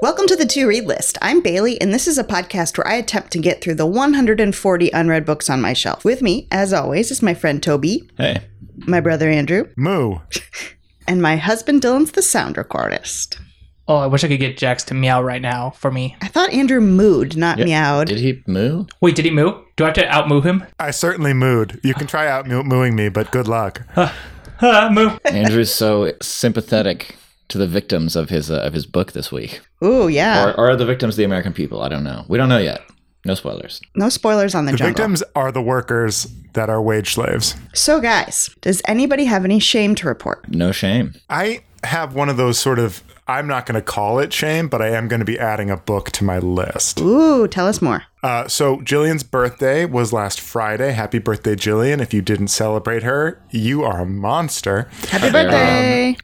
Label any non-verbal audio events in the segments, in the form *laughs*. Welcome to the To Read List. I'm Bailey, and this is a podcast where I attempt to get through the 140 unread books on my shelf. With me, as always, is my friend Toby, Hey, my brother Andrew, Moo. and my husband Dylan's the sound recordist. Oh, I wish I could get Jax to meow right now for me. I thought Andrew mooed, not Yeah. meowed. did he moo? Wait, did he moo? Do I have to out moo him? *laughs* I certainly mooed. You can try out moo- mooing me, but good luck. Huh, moo. Andrew's so sympathetic to the victims of his uh, of his book this week, Ooh, yeah. or, or are the victims the American people? I don't know. We don't know yet. No spoilers. no spoilers on the, The jungle. victims are the workers that are wage slaves. So, guys, does anybody have any shame to report? No shame. I have one of those sort of, I'm not going to call it shame, but I am going to be adding a book to my list. Ooh, tell us more. Uh, so Jillian's birthday was last Friday. Happy birthday, Jillian. If you didn't celebrate her, you are a monster. Happy birthday.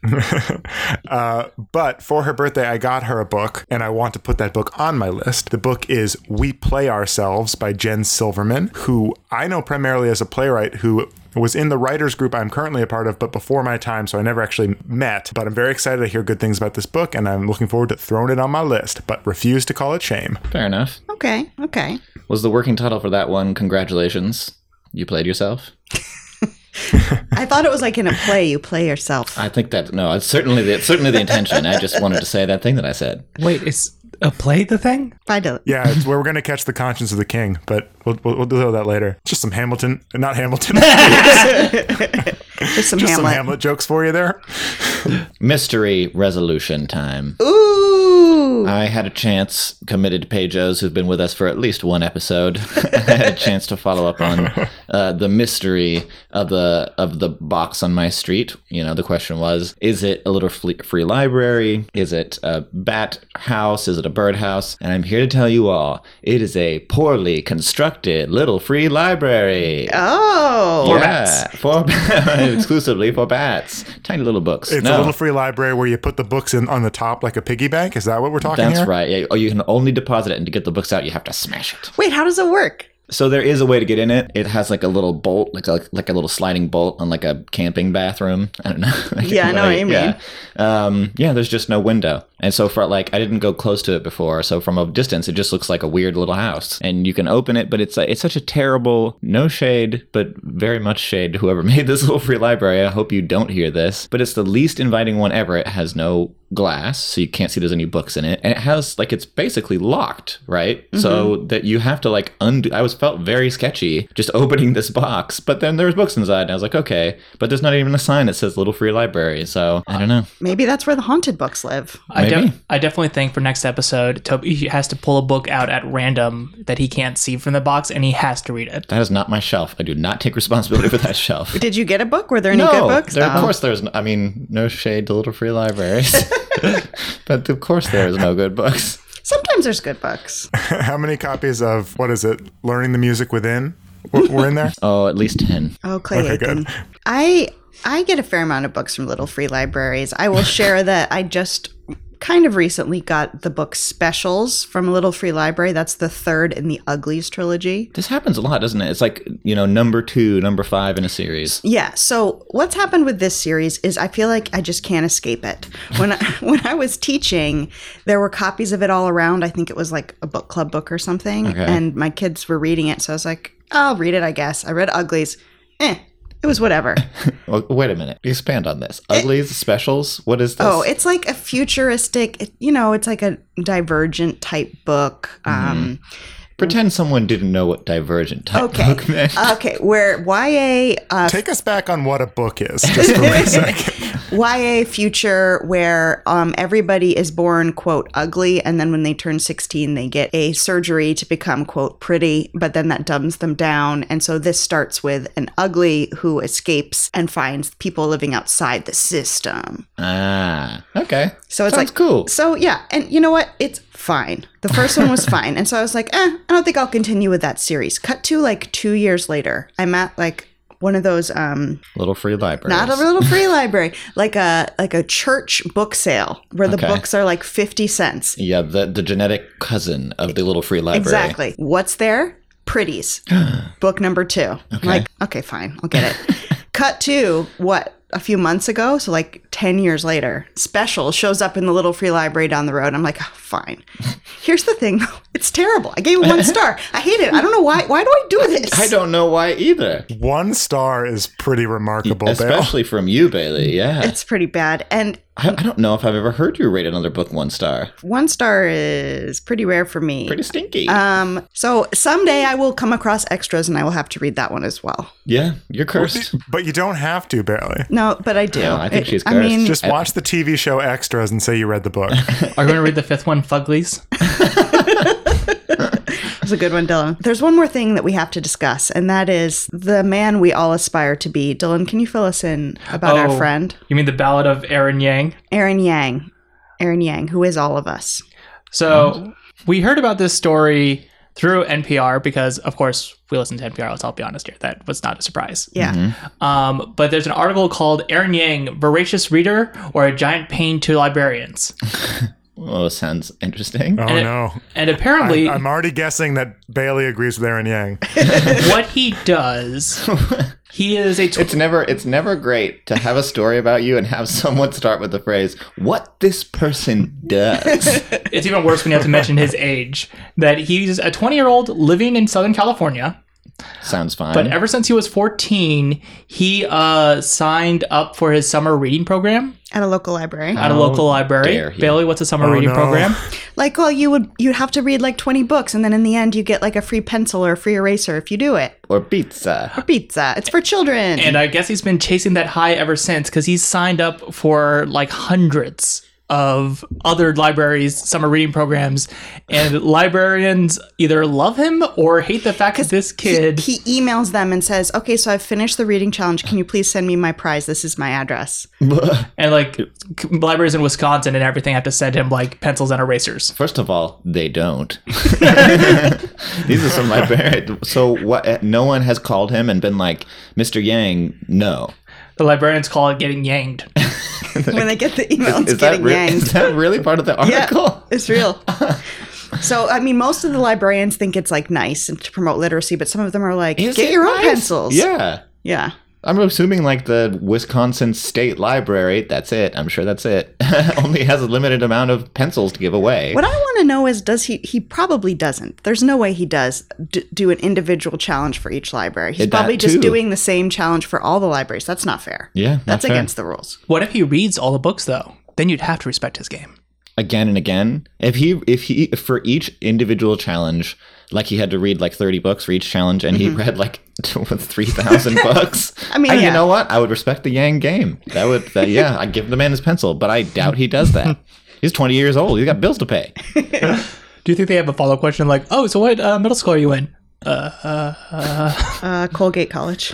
Uh, but for her birthday, I got her a book, and I want to put that book on my list. The book is We Play Ourselves by Jen Silverman, who I know primarily as a playwright who was in the writers group I'm currently a part of, but before my time, so I never actually met. But I'm very excited to hear good things about this book, and I'm looking forward to throwing it on my list, but refuse to call it shame. Fair enough. okay, okay. Was the working title for that one? Congratulations, you played yourself. I thought it was like in a play, you play yourself. Uh, I think that no, it's certainly the, it's certainly the intention. I just wanted to say that thing that I said. Wait, is a play the thing? Bye, Dylan. Yeah, it's where we're going to catch the conscience of the king, but we'll, we'll, we'll do that later. Just some Hamilton, not Hamilton, *laughs* Just some just some Hamlet. Hamlet jokes for you there. Mystery resolution time. Ooh. I had a chance, committed Pejos, who've been with us for at least one episode. *laughs* I had a chance to follow up on uh, the mystery of the of the box on my street. You know, the question was: Is it a little fle- free library? Is it a bat house? Is it a bird house? And I'm here to tell you all: It is a poorly constructed little free library. Oh. For bats, for *laughs* exclusively for bats, tiny little books. It's No. a little free library where you put the books in on the top like a piggy bank. Is that what we're talking That's here? right. Yeah, Or you can only deposit it, and to get the books out, you have to smash it. Wait, how does it work? So there is a way to get in it. It has like a little bolt, like a, like a little sliding bolt on like a camping bathroom. *laughs* I don't know. Yeah, I know what you mean. Yeah. Um, yeah, there's just no window, and so for like I didn't go close to it before, so from a distance it just looks like a weird little house. And you can open it, but it's like, it's such a terrible no shade, but very much shade. to Whoever *laughs* made this little free library, I hope you don't hear this, but it's the least inviting one ever. It has no glass, so you can't see there's any books in it, and it has like it's basically locked, right? So Mm-hmm. that you have to like undo. I was felt very sketchy just *laughs* opening this box, but then there was books inside, and I was like, okay, but there's not even a sign that says little free library, so I don't know. Maybe that's where the haunted books live. I, Maybe. I definitely think for next episode, Toby has to pull a book out at random that he can't see from the box and he has to read it. That is not my shelf. I do not take responsibility for that shelf. Did *laughs* you get a book? Were there any good No, books? there, Oh. of course there's. n- I mean, no shade to Little *laughs* Free Libraries, *laughs* but of course there is no good books. Sometimes there's good *laughs* books. *laughs* How many copies of what is it? Learning the Music Within w- were *laughs* in there? Oh, at least ten. Oh, Clay Aiken. good. I I get a fair amount of books from little free libraries. I will *laughs* share that I just kind of recently got the book Specials from Little Free Library. That's the third in the Uglies trilogy. This happens a lot, doesn't it? It's like you know, number two, number five in a series. Yeah. So what's happened with this series is I feel like I just can't escape it. When I, *laughs* when I was teaching, there were copies of it all around. I think it was like a book club book or something, and my kids were reading it. So I was like, I'll read it, I guess. I read Uglies. Eh, it was whatever. Well, Oh, wait a minute. Expand on this. Uglies specials. What is this? oh, it's like a futuristic. it- You know, it's like a Divergent type book. Um, Pretend someone didn't know what Divergent type Okay. Mm-hmm. book meant. *laughs* Okay, where YA uh, Take us back on what a book is, just *laughs* for a *laughs* second. YA future where um, everybody is born, quote, ugly, and then when they turn 16, they get a surgery to become, quote, pretty, but then that dumbs them down. And so this starts with an ugly who escapes and finds people living outside the system. ah, okay. So it's Sounds like, cool. so yeah, and you know what? It's fine. The first one was fine. And so I was like, eh, I don't think I'll continue with that series. Cut to like two years later, I'm at like, one of those um Little free library. not a little free *laughs* library like a like a church book sale where the Okay. books are like 50 cents Yeah, the the genetic cousin of the Little Free Library. exactly what's there *gasps* *laughs* pretties book number two I'm like okay fine i'll get it cut to what a few months ago, so like 10 years later. Special shows up in the little free library down the road. I'm like, oh, *laughs* fine. Here's the thing though. It's terrible. I gave it one star. I hate it. I don't know why. Why do I do this? I don't know why either. One star is pretty remarkable, Bill. Especially from you, Bailey. Yeah. It's pretty bad. And I, I don't know if I've ever heard you rate another book one star. one star is pretty rare for me. Pretty stinky. Um, so someday I will come across extras and I will have to read that one as well. yeah, you're cursed. But you don't have to, barely. No, but I do. No, I think she's I mean, cursed. Just watch the TV show Extras and say you read the *laughs* book. Are you going to read the fifth one, Fuglies? That's a good one, Dylan. There's one more thing that we have to discuss, and that is the man we all aspire to be. Dylan, can you fill us in about our Oh. friend, You mean the Ballad of Aaron Yang? Aaron Yang? Aaron Yang, who is all of us. So we heard about this story through NPR because, of course, we listen to NPR. Let's all be honest here. That was not a surprise. Yeah. Mm-hmm. Um, but there's an article called Aaron Yang, Voracious Reader or a Giant Pain to Librarians. oh, sounds interesting. Oh And it- no. *laughs* And apparently, I'm already guessing that Bailey agrees with Aaron Yang. what he does, he is a. Tw- It's never it's never great to have a story about you and have *laughs* someone start with the phrase "what this person does." *laughs* it's even worse when you have to mention his age. That he's a 20 year old living in Southern California. Sounds fine. Mm-hmm. But ever since he was 14, he uh, signed up for his summer reading program At a local library. at a How local library. Oh, dare he. Bailey, what's a summer Oh, reading no. program? Like, well, you would you'd have to read like 20 books, and then in the end, you get like a free pencil or a free eraser if you do it. or pizza. Pizza. It's for children. And I guess he's been chasing that high ever since because he's signed up for like hundreds of other libraries' summer reading programs. And librarians either love him or hate the fact that this kid. he emails them and says, "Okay, so I've finished the reading challenge. Can you please send me my prize? This is my address." and like c- libraries in Wisconsin and everything have to send him like pencils and erasers. First of all, they *laughs* don't. *laughs* These are some librarians. So what? No one has called him and been like, "Mr. Yang, no." The librarians call it getting yanged. *laughs* when they get the email, it's is that getting re- yanged. *laughs* is that really part of the *laughs* Yeah, article? it's real. so, I mean, most of the librarians think it's like nice and to promote literacy, but some of them are like, Is get it your own nice? pencils. Yeah. Yeah. I'm assuming like the Wisconsin State Library, that's it. I'm sure that's it. *laughs* Only has a limited amount of pencils to give away. What I want to know is does he, he probably doesn't. There's no way he does d- do an individual challenge for each library. He's That probably just too. doing the same challenge for all the libraries. That's not fair. Yeah, not That's fair. against the rules. What if he reads all the books though? Then you'd have to respect his game. Again and again. If he if he for each individual challenge, like he had to read like 30 books for each challenge and he read like *laughs* *laughs* 3000 books. Mm-hmm. I mean, Uh, yeah. you know what? I would respect the Yang game. That would that, yeah, I'd give the man his pencil, but I doubt he does *laughs* that. He's 20 years old. He's got bills to pay. Do you think they have a follow up question like, oh, so what uh, middle school are you in? Uh, Colgate College.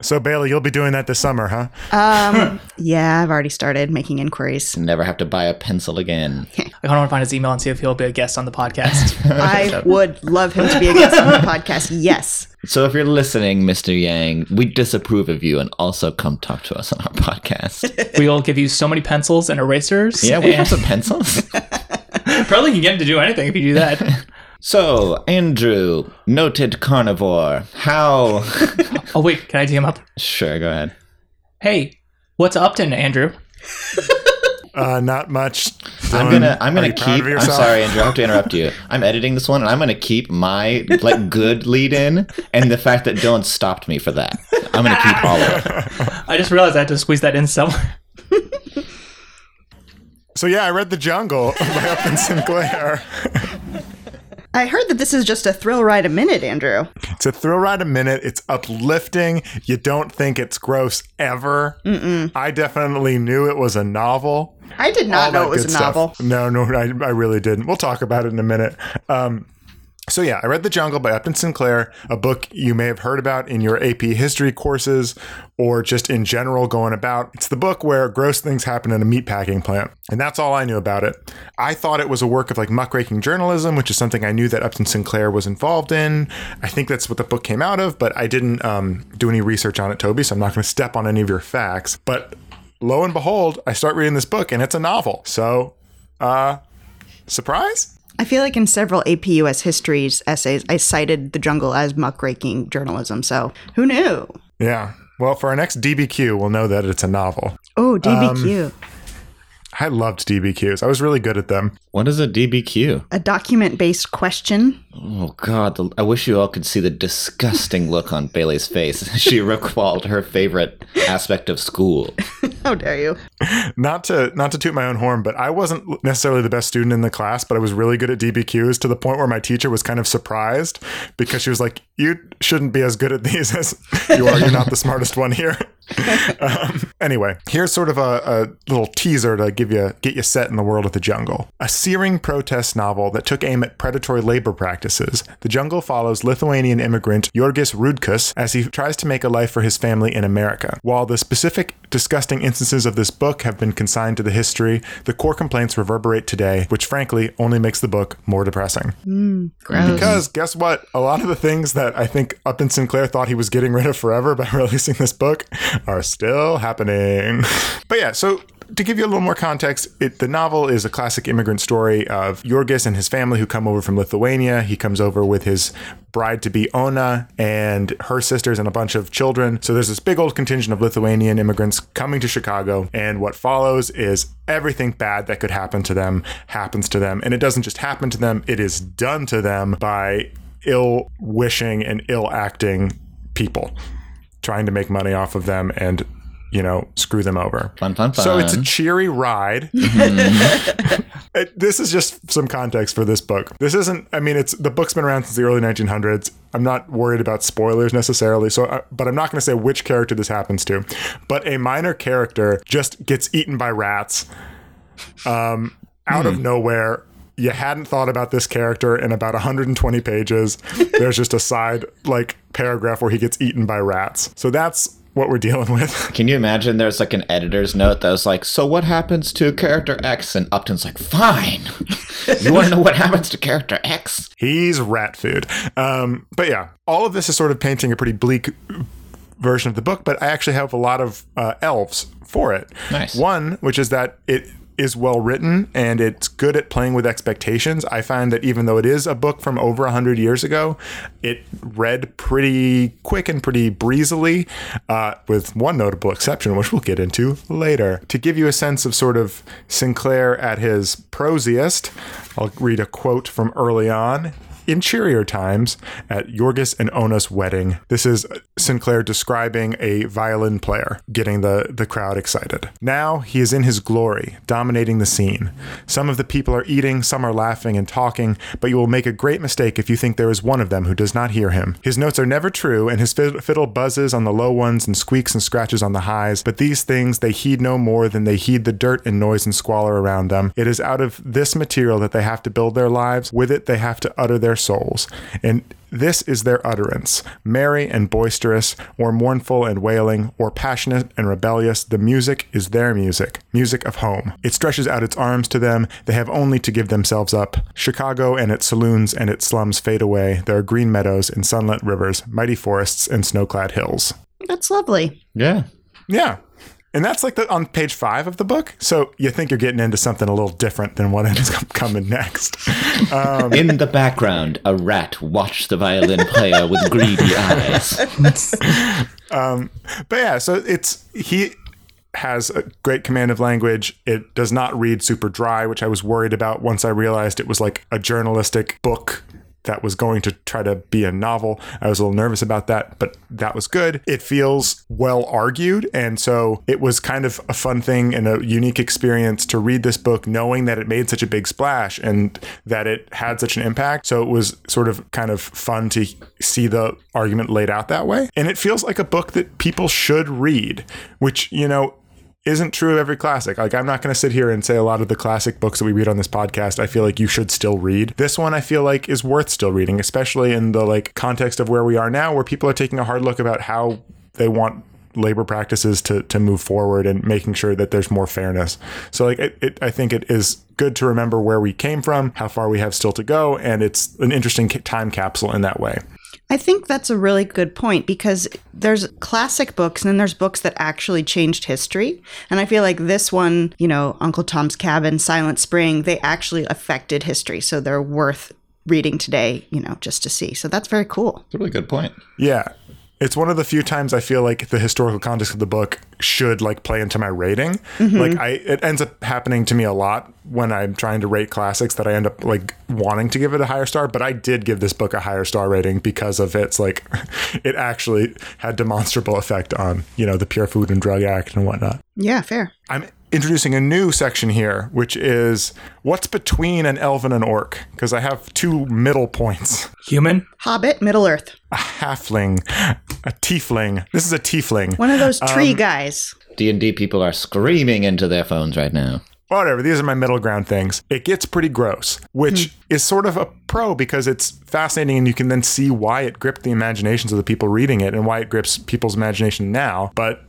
So Bailey, you'll be doing that this summer, huh? yeah, I've already started making *laughs* inquiries. Never have to buy a pencil *laughs* again. I kind of want to find his email and see if he'll be a guest on the podcast. *laughs* I would love him to be a guest on the podcast. Yes. So if you're listening, Mr. Yang, we disapprove of you and also come talk to us on *laughs* our podcast. we'll give you so many pencils and erasers. Yeah, we and have some pencils. probably can get him to do anything if you do *laughs* that. So, Andrew, noted carnivore, how oh wait, can I DM up? Sure, go ahead. Hey, what's Upton, Andrew? Uh, not much. I'm Dylan, gonna I'm are gonna you proud keep of I'm yourself? sorry, Andrew, I have to interrupt you. *laughs* I'm editing this one and I'm gonna keep my like good lead in and the fact that Dylan stopped me for that. I'm gonna keep all of it. I just realized I had to squeeze that in somewhere. So yeah, I read The Jungle *laughs* by Upton Sinclair. I heard that this is just a thrill ride a minute, Andrew. It's a thrill ride a minute. It's uplifting. You don't think it's gross ever. I definitely knew it was a novel. I did All not know that it was a good stuff. novel. No, no, *laughs* I, I really didn't. We'll talk about it in a minute. Um, so yeah, I read The Jungle by Upton Sinclair, a book you may have heard about in your AP history courses or just in general going about. It's the book where gross things happen in a meatpacking plant, and that's all I knew about it. I thought it was a work of like muckraking journalism, which is something I knew that Upton Sinclair was involved in. I think that's what the book came out of, but I didn't um, do any research on it, Toby, so I'm not going to step on any of your facts. But lo and behold, I start reading this book, and it's a novel. So, uh, surprise? I feel like in several AP US histories essays, I cited the jungle as muckraking journalism. So who knew? Yeah. Well, for our next DBQ, we'll know that it's a novel. Oh, DBQ, Um, I loved DBQs. I was really good at them. *laughs* What is a DBQ? a document based question. Oh God! The, I wish you all could see the disgusting look on Bailey's face. *laughs* as she recalled her favorite aspect of school. How dare you? Not to not to toot my own horn, but I wasn't necessarily the best student in the class, but I was really good at DBQs to the point where my teacher was kind of surprised because she was like, "You shouldn't be as good at these as *laughs* you are. You're not the smartest one here." *laughs* um, anyway, here's sort of a, a little teaser to give you get you set in the world of the jungle. A searing protest novel that took aim at predatory labor practices. The jungle follows Lithuanian immigrant Jorgis Rudkus as he tries to make a life for his family in America. While the specific disgusting instances of this book have been consigned to the history, the core complaints reverberate today, which frankly only makes the book more depressing. Gross. Because guess what? A lot of the things that I think Upton Sinclair thought he was getting rid of forever by *laughs* releasing this book are still happening. *laughs* But yeah, so. To give you a little more context, it, the novel is a classic immigrant story of Jorgis and his family who come over from Lithuania. He comes over with his bride to be Ona and her sisters and a bunch of children. So there's this big old contingent of Lithuanian immigrants coming to Chicago. And what follows is everything bad that could happen to them happens to them. And it doesn't just happen to them, it is done to them by ill wishing and ill acting people trying to make money off of them and, you know, screw them over. Fun, fun, fun. So it's a cheery ride. *laughs* It- this is just some context for this book. This isn't. I mean, it's the book's been around since the early 1900s. I'm not worried about spoilers necessarily. So, I, but I'm not going to say which character this happens to. But a minor character just gets eaten by rats, um, out of nowhere. You hadn't thought about this character in about 120 pages. There's just a side like paragraph where he gets eaten by rats. So that's what we're dealing with. Can you imagine? There's like an editor's note that was like, "So what happens to character X?" And Upton's like, "Fine. *laughs* you want to know what happens to character X?" He's rat food. Um, but yeah, all of this is sort of painting a pretty bleak version of the book, but I actually have a lot of uh, elves for it. Nice. One, which is that it is well written and it's good at playing with expectations. I find that even though it is a book from over 100 years ago, it read pretty quick and pretty breezily, uh, with one notable exception, which we'll get into later. To give you a sense of sort of Sinclair at his prosiest, I'll read a quote from early on in cheerier times at Jorgis and Ona's wedding. This is Sinclair describing a violin player, getting the, the crowd excited. Now he is in his glory, dominating the scene. Some of the people are eating, some are laughing and talking, but you will make a great mistake if you think there is one of them who does not hear him. His notes are never true, and his fid- fiddle buzzes on the low ones and squeaks and scratches on the highs, but these things they heed no more than they heed the dirt and noise and squalor around them. It is out of this material that they have to build their lives, with it they have to utter their souls. And this is their utterance merry and boisterous, or mournful and wailing, or passionate and rebellious. The music is their music, music of home. It stretches out its arms to them. They have only to give themselves up. Chicago and its saloons and its slums fade away. There are green meadows and sunlit rivers, mighty forests and snow-clad hills. That's lovely. Yeah. Yeah. And that's like the, on page five of the book. So you think you're getting into something a little different than what is coming next. In the background, a rat watched the violin player with greedy eyes. But yeah, so it's he has a great command of language. It does not read super dry, which I was worried about once I realized it was like a journalistic book that was going to try to be a novel. I was a little nervous about that, but that was good. It feels well argued, and so it was kind of a fun thing and a unique experience to read this book knowing that it made such a big splash and that it had such an impact. So it was sort of kind of fun to see the argument laid out that way. And it feels like a book that people should read, which, you know, isn't true of every classic. Like I'm not going to sit here and say a lot of the classic books that we read on this podcast I feel like you should still read. This one I feel like is worth still reading, especially in the like context of where we are now where people are taking a hard look about how they want labor practices to to move forward and making sure that there's more fairness. So like it, it, I think it is good to remember where we came from, how far we have still to go, and it's an interesting ca- time capsule in that way. I think that's a really good point because there's classic books and then there's books that actually changed history. And I feel like this one, you know, Uncle Tom's Cabin, Silent Spring, they actually affected history. So they're worth reading today, you know, just to see. So that's very cool. It's a really good point. Yeah. It's one of the few times I feel like the historical context of the book should like play into my rating. Like I it ends up happening to me a lot when I'm trying to rate classics that I end up like wanting to give it a higher star, but I did give this book a higher star rating because of its like *laughs* it actually had demonstrable effect on, you know, the Pure Food and Drug Act and whatnot. Yeah, fair. I'm introducing a new section here, which is what's between an elf and an orc, because I have two middle points. *laughs* Human? Hobbit, Middle Earth. A halfling, a tiefling. This is a tiefling. One of those tree *laughs* guys. D&D people are screaming into their phones right now. Whatever, these are my middle ground things. It gets pretty gross, which is sort of a pro because it's fascinating and you can then see why it gripped the imaginations of the people reading it and why it grips people's imagination now. But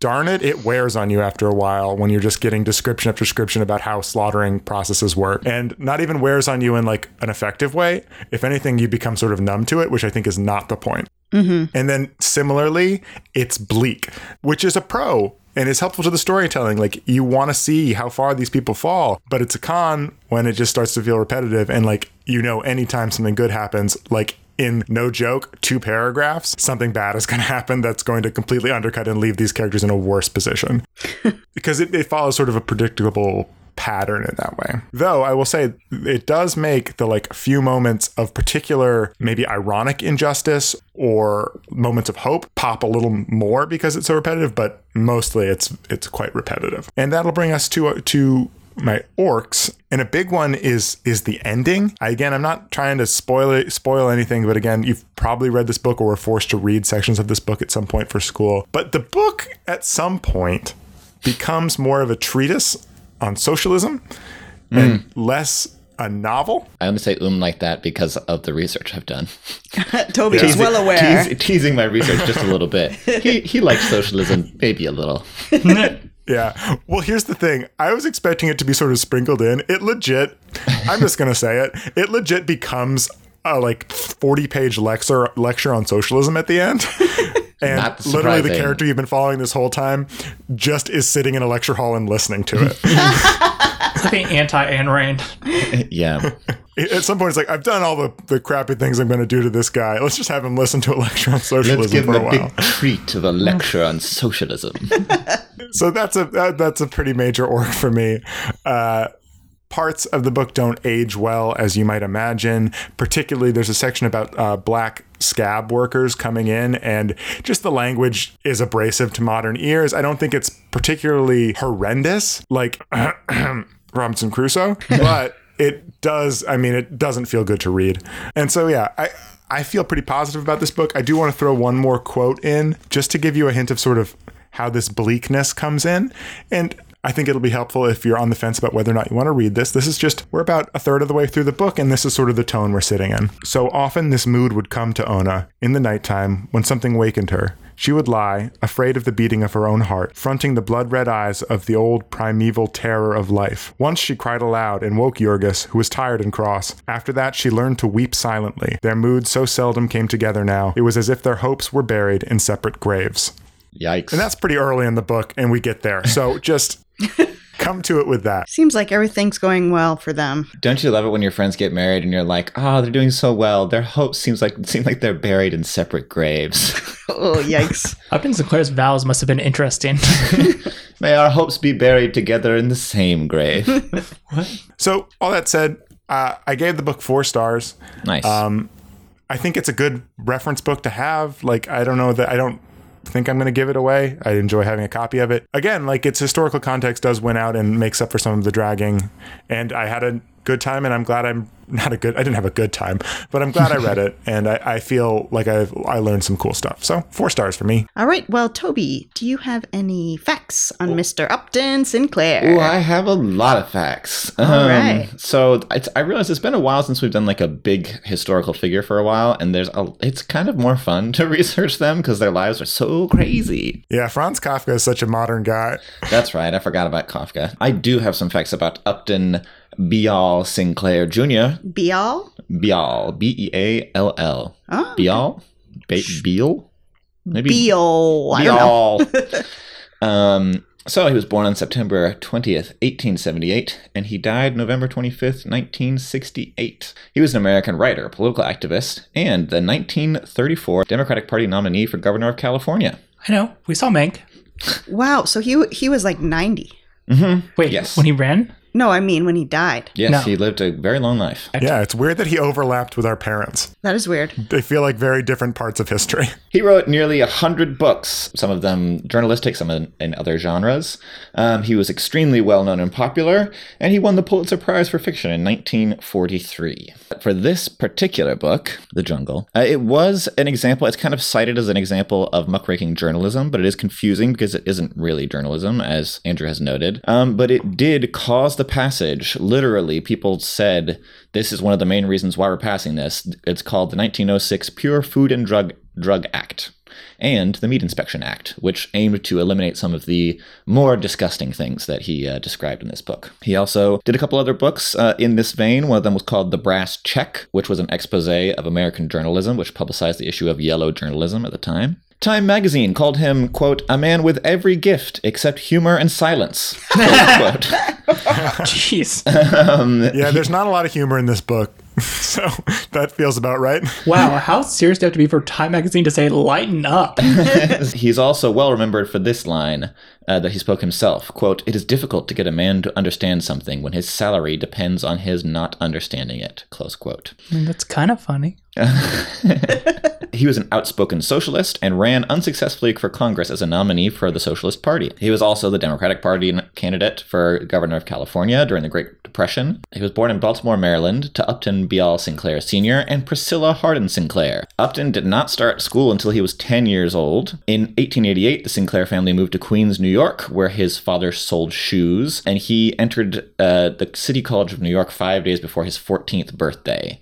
darn it, it wears on you after a while when you're just getting description after description about how slaughtering processes work. And not even wears on you in like an effective way. If anything, you become sort of numb to it, which I think is not the point. And then similarly, it's bleak, which is a pro and is helpful to the storytelling. Like you want to see how far these people fall, but it's a con when it just starts to feel repetitive and like you know anytime something good happens, like in no joke, two paragraphs, something bad is going to *laughs* happen that's going to completely undercut and leave these characters in a worse position because it, it follows sort of a predictable pattern in that way. Though I will say it does make the like few moments of particular maybe ironic injustice or moments of hope pop a little more because it's so repetitive, but mostly it's it's quite repetitive. And that'll bring us to to my orcs and a big one is is the ending again i'm not trying to spoil it, spoil anything but again you've probably read this book or were forced to read sections of this book at some point for school but the book at some point becomes more of a treatise on socialism and Hmm. less a novel I only say um like that because of the research I've done. Toby is well aware. Tease, teasing my research just a little bit. He, he likes socialism, maybe a little. Yeah. Well, here's the thing. I was expecting it to be sort of sprinkled in. It legit, I'm just going to say it, it legit becomes a like 40 page lecture, lecture on socialism at *laughs* the end. And Not literally the surprising. character you've been following this whole time just is sitting in a lecture hall and listening to *laughs* it. It's like an anti Ayn Rand. Yeah. at some point, it's like, I've done all the, the crappy things I'm going to do to this guy. Let's just have him listen to a lecture on Let's socialism give for him a a while. big treat of a lecture on socialism. so that's a that, that's a pretty major org for me. Uh, parts of the book don't age well, as you might imagine. Particularly, there's a section about uh, black scab workers coming in, and just the language is abrasive to modern ears. I don't think it's particularly horrendous, like *clears throat* Robinson Crusoe, but it does. I mean, it doesn't feel good to read, and so yeah, I. I feel pretty positive about this book. I do want to throw one more quote in just to give you a hint of sort of how this bleakness comes in. And I think it'll be helpful if you're on the fence about whether or not you want to read this. This is just, we're about a third of the way through the book, and this is sort of the tone we're sitting in. So often this mood would come to Ona in the nighttime when something wakened her. She would lie, afraid of the beating of her own heart, fronting the blood red eyes of the old primeval terror of life. Once she cried aloud and woke Yorgis, who was tired and cross. After that, she learned to weep silently. Their moods so seldom came together now, it was as if their hopes were buried in separate graves. Yikes. And that's pretty early in the book, and we get there. So just come to it with that. Seems like everything's going well for them. Don't you love it when your friends get married and you're like, oh, they're doing so well. Their hopes seems like seem like they're buried in separate graves. Oh, yikes. Upton Sinclair's vows must have been interesting. *laughs* May our hopes be buried together in the same grave. *laughs* So, all that said, uh, I gave the book four stars. nice. I think it's a good reference book to have. Like, I don't know that I don't think I'm going to give it away. I enjoy having a copy of it. Again, like its historical context does win out and makes up for some of the dragging. And I had a good time, and I'm glad I'm not a good. I didn't have a good time, but I'm glad I read it, and I, I feel like I've I learned some cool stuff. So four stars for me. *laughs* All right. Well, Toby, do you have any facts on Mr. Upton Sinclair? Ooh, I have a lot of facts. Um, right. So it's, I realize it's been a while since we've done like a big historical figure for a while, and there's a, it's kind of more fun *laughs* to research them because their lives are so crazy. Yeah, Franz Kafka is such a modern guy. That's right. I forgot about Kafka. I do have some facts about Upton Beall Sinclair Jr. Be all? Beall, B E A L L. Oh, Beall, Be- Beal, maybe Beal. I don't know. *laughs* Beal. um, So he was born on September 20th, 1878, and he died November 25th, 1968. He was an American writer, political activist, and the 1934 Democratic Party nominee for governor of California. I know. We saw Mank. Wow. So he he was like 90. Wait, Yes. when he ran? *laughs* No, I mean when he died. Yes, No. he lived a very long life. Yeah, it's weird that he overlapped with our parents. That is weird. They feel like very different parts of history. He wrote nearly a hundred books, some of them journalistic, some in, in other genres. Um, he was extremely well known and popular, and he won the Pulitzer Prize for Fiction in 1943. For this particular book, The Jungle, uh, it was an example, it's kind of cited as an example of muckraking journalism, but it is confusing because it isn't really journalism, as Andrew has noted. Um, but it did cause the passage. Literally, people said, This is one of the main reasons why we're passing this. It's called the 1906 Pure Food and Drug Drug Act and the Meat Inspection Act, which aimed to eliminate some of the more disgusting things that he uh, described in this book. He also did a couple other books uh, in this vein. One of them was called The Brass Check, which was an expose of American journalism, which publicized the issue of yellow journalism at the time. Time magazine called him, quote, a man with every gift except humor and silence. Quote. Jeez. Yeah, there's not a lot of humor in this book. *laughs* So that feels about right. Wow. How serious do you have to be for Time Magazine to say, lighten *laughs* up? *laughs* He's also well remembered for this line uh, that he spoke himself. Quote, It is difficult to get a man to understand something when his salary depends on his not understanding it. Close quote. That's kind of funny. He was an outspoken socialist and ran unsuccessfully for Congress as a nominee for the Socialist Party. He was also the Democratic Party candidate for governor of California during the Great Depression. He was born in Baltimore, Maryland, to Upton Beall Sinclair Sr. and Priscilla Hardin Sinclair. Upton did not start school until he was 10 years old. In 1888, the Sinclair family moved to Queens, New York, where his father sold shoes, and he entered uh, the City College of New York five days before his 14th birthday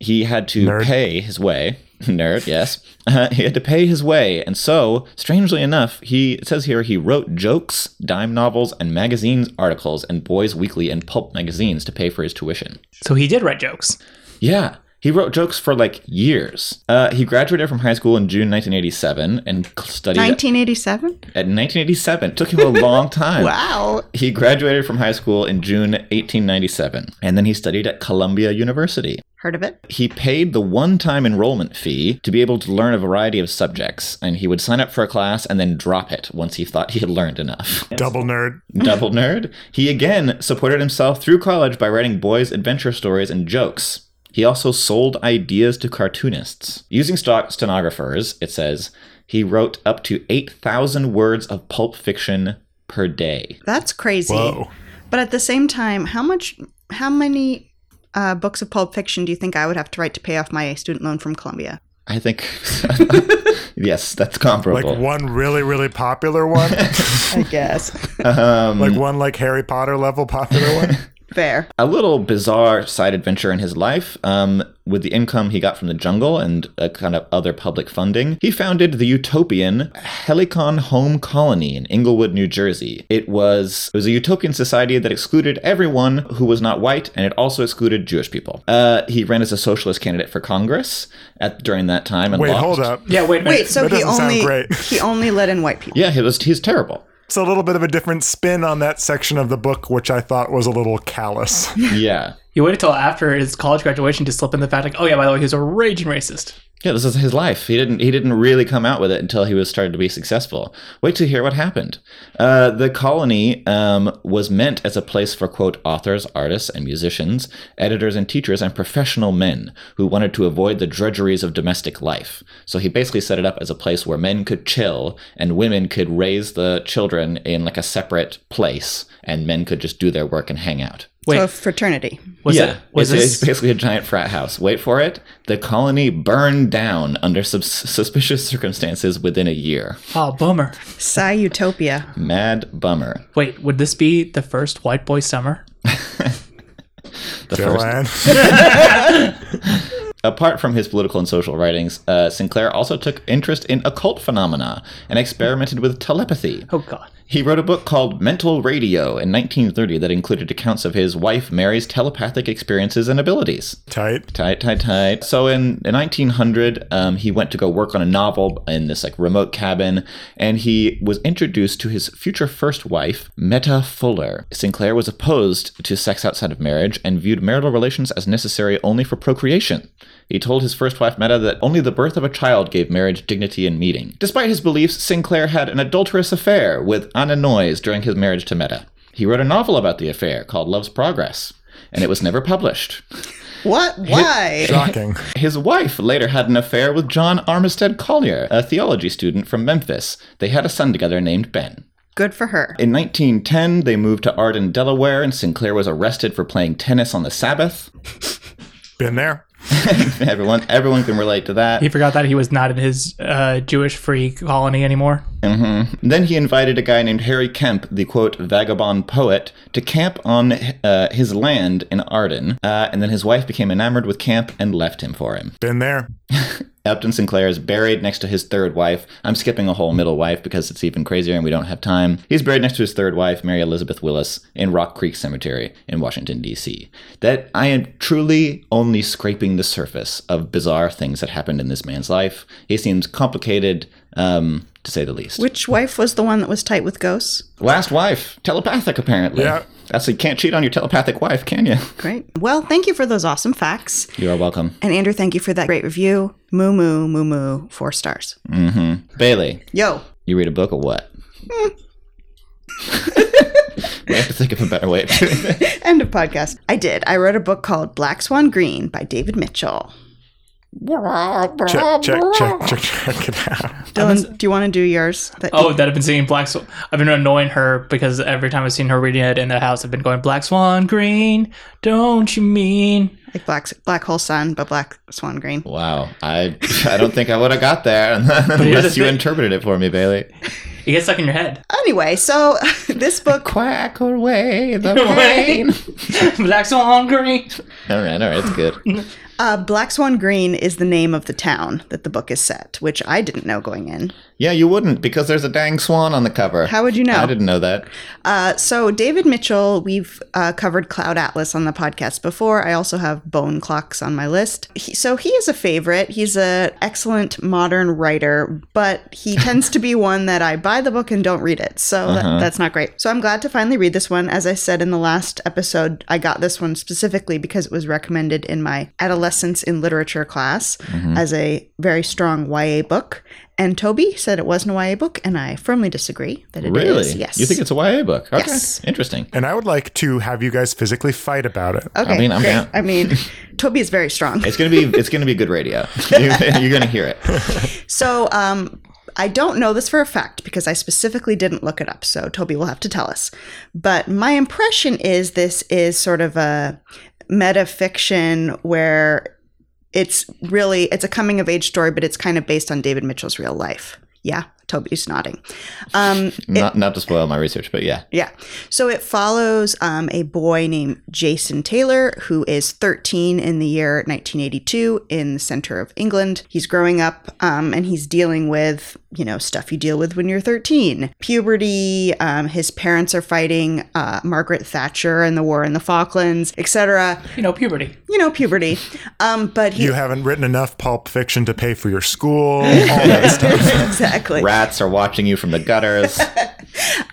he had to pay his way. *laughs* Nerd, yes. Uh, he had to pay his way. And so, strangely enough, he it says here he wrote jokes, dime novels, and magazines articles in Boys Weekly and pulp magazines to pay for his tuition. So he did write jokes. Yeah. He wrote jokes for like years. Uh, he graduated from high school in June 1987 and studied 1987? at 1987. It took him a long *laughs* time. Wow. He graduated from high school in June 1897 and then he studied at Columbia University. Heard of it? He paid the one time enrollment fee to be able to learn a variety of subjects, and he would sign up for a class and then drop it once he thought he had learned enough. Double nerd. Double nerd. He again supported himself through college by writing boys' adventure stories and jokes. He also sold ideas to cartoonists. Using stock stenographers, it says, he wrote up to 8,000 words of pulp fiction per day. That's crazy. Whoa. But at the same time, how much how many uh, books of pulp fiction do you think I would have to write to pay off my student loan from Columbia? I think, *laughs* yes, that's Like comparable. one really, really popular one. I guess. like one like Harry Potter level popular one. *laughs* Fair. a little bizarre side adventure in his life. Um, with the income he got from the jungle and uh, kind of other public funding, he founded the utopian Helicon Home Colony in Inglewood, New Jersey. It was it was a utopian society that excluded everyone who was not white, and it also excluded Jewish people. Uh, he ran as a socialist candidate for Congress at during that time. And Wait, lost. hold up. Yeah, wait a minute. Wait, so That he doesn't sound only *laughs* great. he only let in white people. Yeah, he was. He's *laughs* terrible. It's a little bit of a different spin on that section of the book, which I thought was a little callous. Yeah. You waited till after his college graduation to slip in the fact, like, oh yeah, by the way, he was a raging racist. Yeah, this is his life. He didn't. He didn't really come out with it until he was started to be successful. Wait to hear what happened. Uh, the colony um, was meant as a place for quote authors, artists, and musicians, editors, and teachers, and professional men who wanted to avoid the drudgeries of domestic life. So he basically set it up as a place where men could chill and women could raise the children in like a separate place, and men could just do their work and hang out. So Wait. a fraternity. Was yeah, it? Was it's, this? it's basically a giant frat house. Wait for it. The colony burned down under sus- suspicious circumstances within a year. oh, bummer. Psy Utopia. Mad bummer. Wait, would this be the first white boy summer? The first. Joanne. Apart from his political and social writings, uh, Sinclair also took interest in occult phenomena and experimented with telepathy. Oh god. He wrote a book called Mental Radio in 1930 that included accounts of his wife Mary's telepathic experiences and abilities. Tight. Tight, tight, tight. So in, in 1900, um, he went to go work on a novel in this like remote cabin, and he was introduced to his future first wife, Meta Fuller. Sinclair was opposed to sex outside of marriage and viewed marital relations as necessary only for procreation. He told his first wife, Meta, that only the birth of a child gave marriage dignity and meaning. Despite his beliefs, Sinclair had an adulterous affair with Anna Noyes during his marriage to Meta. He wrote a novel about the affair called Love's Progress, and it was never published. What? Why? Shocking. His wife later had an affair with John Armistead Collier, a theology student from Memphis. They had a son together named Ben. Good for her. In 1910, they moved to Arden, Delaware, and Sinclair was arrested for playing tennis on the Sabbath. *laughs* Been there. everyone, everyone can relate to that. He forgot that he was not in his uh, Jewish free colony anymore. Mm-hmm. Then he invited a guy named Harry Kemp, the quote vagabond poet, to camp on uh, his land in Arden, uh, and then his wife became enamored with Camp and left him for him. Been there. Upton Sinclair is buried next to his third wife. I'm skipping a whole middle wife because it's even crazier and we don't have time. He's buried next to his third wife, Mary Elizabeth Willis, in Rock Creek Cemetery in Washington, D.C. That I am truly only scraping the surface of bizarre things that happened in this man's life. He seems complicated, um, to say the least. Which wife was the one that was tight with ghosts? Last wife, telepathic apparently. Yeah. That's you can't cheat on your telepathic wife, can you? Great. Well, thank you for those awesome facts. You are welcome. And Andrew, thank you for that great review. Moo moo moo moo. Four stars. Mm-hmm. Bailey, Yo. you read a book or what? Hmm. *laughs* we have to think of a better way of doing this. End of podcast. I did. I wrote a book called Black Swan Green by David Mitchell. Check, check, check, check, check it out. Dylan, do you want to do yours? That Oh, that I've been seeing Black Swan. I've been annoying her because every time I've seen her reading it in the house, I've been going Black Swan Green. Don't you mean? like black black hole sun, but black swan green. Wow, I I don't think I would have got there *laughs* the unless you thing- interpreted it for me, Bailey. It gets stuck in your head. *laughs* Anyway, so *laughs* this book. Quack *laughs* away the Away. rain. Black Swan Green. all right, all right, it's good. Uh, Black Swan Green is the name of the town that the book is set, which I didn't know going in. Yeah, you wouldn't because there's a dang swan on the cover. How would you know? I didn't know that. Uh, so David Mitchell, we've uh, covered Cloud Atlas on the podcast before. I also have Bone Clocks on my list. He, so he is a favorite. He's an excellent modern writer, but *laughs* he tends to be one that I buy the book and don't read it. So Uh-huh. that, that's not great. So I'm glad to finally read this one. As I said in the last episode, I got this one specifically because it was recommended in my adolescence in literature class Mm-hmm. as a very strong YA book. And Toby said it wasn't a YA book, and I firmly disagree that it is. Really? Yes. You think it's a YA book? Okay. Yes. Interesting. And I would like to have you guys physically fight about it. Okay, mean, I'm great. down. I *laughs* mean, Toby is very strong. It's gonna be it's gonna be good radio. *laughs* You, are gonna hear it. So, um, I don't know this for a fact because I specifically didn't look it up. So, Toby will have to tell us. But my impression is this is sort of a metafiction where it's really it's a coming of age story, but it's kind of based on David Mitchell's real life. Yeah, Toby's nodding. Um, Not not to spoil my research, but yeah. Yeah. So it follows um, a boy named Jason Taylor, who is 13 in the year 1982 in the center of England. He's growing up um, and he's dealing with, you know, stuff you deal with when you're 13 puberty, um, his parents are fighting uh, Margaret Thatcher and the war in the Falklands, etc. You know, puberty. You know, puberty. Um, but he. *laughs* You haven't written enough pulp fiction to pay for your *laughs* school. All that stuff. *laughs* exactly. Rats are watching you from *laughs* the gutters.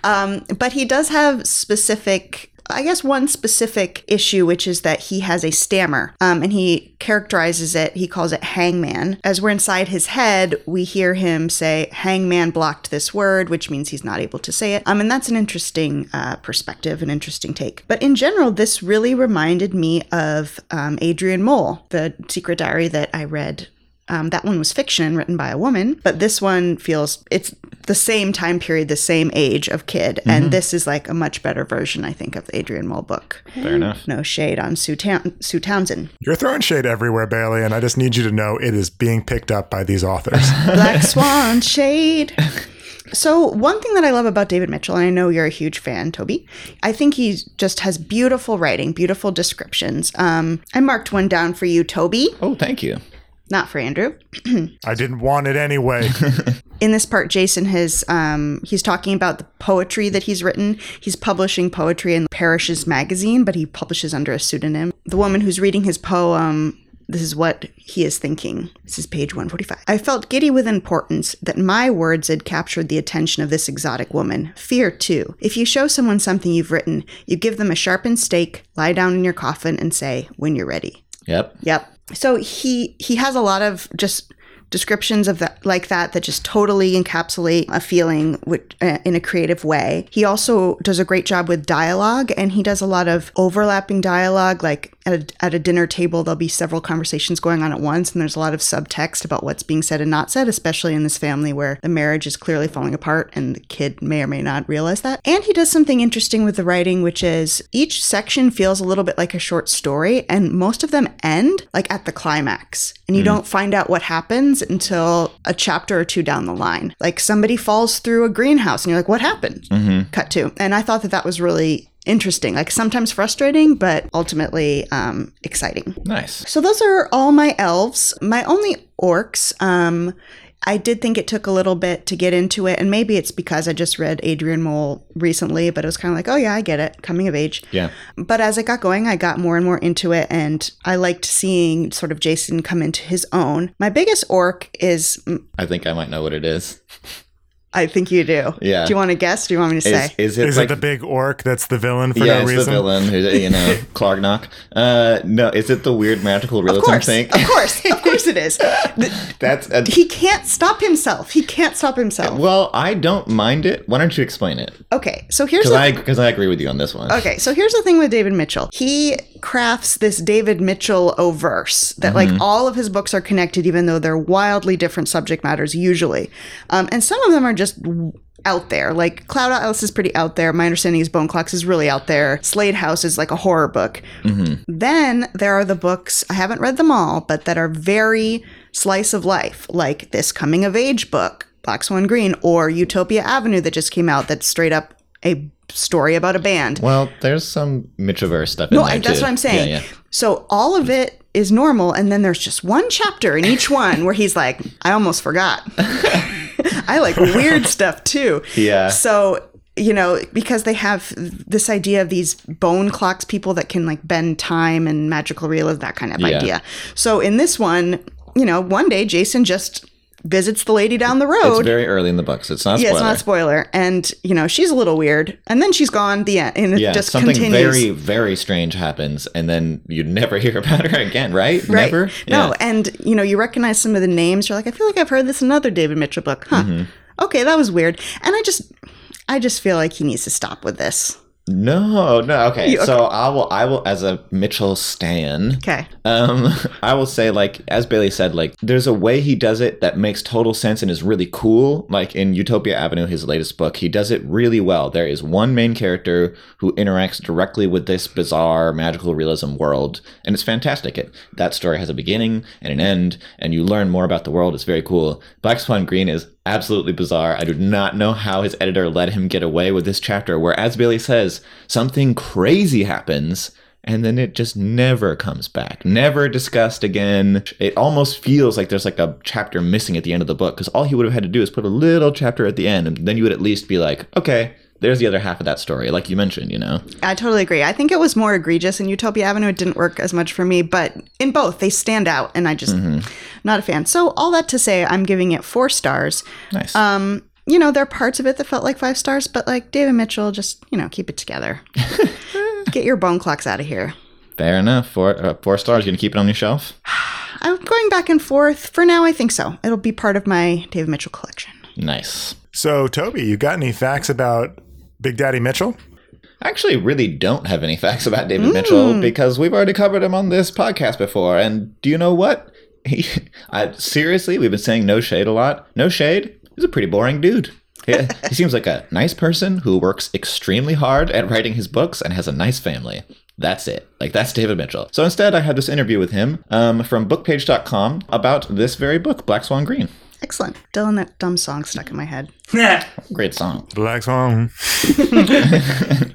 but he does have specific I guess one specific issue, which is that he has a stammer, um, and he characterizes it, he calls it hangman. As we're inside his head, we hear him say, hangman blocked this word, which means he's not able to say it. Um, and that's an interesting uh, perspective, an interesting take. But in general, this really reminded me of um, Adrian Mole, the secret diary that I read um, that one was fiction written by a woman, but this one feels it's the same time period, the same age of kid. Mm-hmm. And this is like a much better version, I think, of the Adrian Mole book. Fair enough. No shade on Sue, Town- Sue Townsend. You're throwing shade everywhere, Bailey, and I just need you to know it is being picked up by *laughs* these authors. Black Swan shade. So, one thing that I love about David Mitchell, and I know you're a huge fan, Toby, I think he just has beautiful writing, beautiful descriptions. Um, I marked one down for you, Toby, Oh, thank you. not for Andrew. *laughs* I didn't want it anyway. in this part jason has um, he's talking about the poetry that he's written he's publishing poetry in parish's magazine but he publishes under a pseudonym the woman who's reading his poem this is what he is thinking. This is page 145. I felt giddy with importance that my words had captured the attention of this exotic woman. Fear, too. If you show someone something you've written, you give them a sharpened stake, lie down in your coffin, and say, when you're ready. Yep. Yep. So he he has a lot of just descriptions of that like that that just totally encapsulate a feeling which, uh, in a creative way. He also does a great job with dialogue and he does a lot of overlapping dialogue like at a, at a dinner table there'll be several conversations going on at once and there's a lot of subtext about what's being said and not said especially in this family where the marriage is clearly falling apart and the kid may or may not realize that. And he does something interesting with the writing which is each section feels a little bit like a short story and most of them end like at the climax and you don't find out what happens until a chapter or two down the line. Like somebody falls through a greenhouse and you're like, what happened? Cut to. And I thought that that was really interesting, like sometimes frustrating, but ultimately um, exciting. Nice. So those are all my elves. My only orcs. Um, I did think it took a little bit to get into it, and maybe it's because I just read Adrian Mole recently, but it was kind of like, oh yeah, I get it, coming of age. Yeah. But as I got going, I got more and more into it, and I liked seeing sort of Jason come into his own. My biggest orc is, mm, I think I might know what it is. I think you do. Yeah. Do you want to guess? Do you want me to Is, say? is it Is like it the big orc that's the villain for yeah, no it's reason? the villain, who's, you *laughs* know, Clargnock. Uh, no, is it the weird magical of realism course, thing? *laughs* of course, of course it is. The- That's a, he can't stop himself. He can't stop himself. well, I don't mind it. Why don't you explain it? Okay, so here's Because the I because I agree with you on this one. Okay, so here's the thing with David Mitchell. He crafts this David Mitchell o verse that like all of his books are connected, even though they're wildly different subject matters usually, um, and some of them are just w- out there. Like Cloud Atlas is pretty out there. My understanding is Bone Clocks is really out there. Slade House is like a horror book. Then there are the books, I haven't read them all, but that are very slice of life, like this coming of age book, Black Swan Green, or Utopia Avenue that just came out that's straight up a story about a band. Well, there's some Mitroverse stuff in No, there I, that's too. what I'm saying. Yeah, yeah. So all of it is normal, and then there's just one chapter in each one where he's like, "I almost forgot. *laughs* I like weird stuff too." Yeah. So you know, because they have this idea of these bone clocks, people that can like bend time and magical realism, that kind of Yeah. idea. So in this one, you know, one day Jason just visits the lady down the road. It's very early in the book, so it's not a yeah, spoiler. it's not a spoiler, and you know she's a little weird, and then she's gone. The end, and it yeah, just something continues. very, very strange happens, and then you never *laughs* hear about her again, right? Right. Never? No, Yeah. and you know, you recognize some of the names. You're like, I feel like I've heard this in another David Mitchell book, huh? Mm-hmm. Okay, that was weird. And I just, I just feel like he needs to stop with this. No, no. Okay. You- So I will, I will, as a Mitchell stan, Okay, um, *laughs* I will say, like, as Bailey said, like, there's a way he does it that makes total sense and is really cool. Like in Utopia Avenue, his latest book, he does it really well. There is one main character who interacts directly with this bizarre magical realism world, and it's fantastic. It that story has a beginning and an end, and you learn more about the world. It's very cool. Black Swan Green is absolutely bizarre. I do not know how his editor let him get away with this chapter, where, as Bailey says, something crazy happens and then it just never comes back never discussed again it almost feels like there's like a chapter missing at the end of the book because all he would have had to do is put a little chapter at the end and then you would at least be like okay there's the other half of that story like you mentioned you know I totally agree. I think it was more egregious in Utopia Avenue. It didn't work as much for me, but in both, they stand out, and I just Mm-hmm. not a fan. So all that to say, I'm giving it four stars. nice Um, you know, there are parts of it that felt like five stars, but like David Mitchell, just you know, keep it *laughs* together. Get your bone clocks out of here. fair enough four uh, four stars you gonna keep it on your shelf I'm going back and forth. For now, I think so. It'll be part of my David Mitchell collection. nice So, Toby, you got any facts about Big Daddy Mitchell? I actually really don't have any facts about David Mitchell because we've already covered him on this podcast before. And do you know what? He, *laughs* I, seriously, we've been saying no shade a lot. No shade. He's a pretty boring dude. Yeah, he seems like a nice person who works extremely hard at writing his books and has a nice family. That's it. Like, that's David Mitchell. So instead, I had this interview with him um, from bookpage.com about this very book, Black Swan Green. Excellent. Dylan, that dumb song stuck in my head. Great song. Black Swan. *laughs*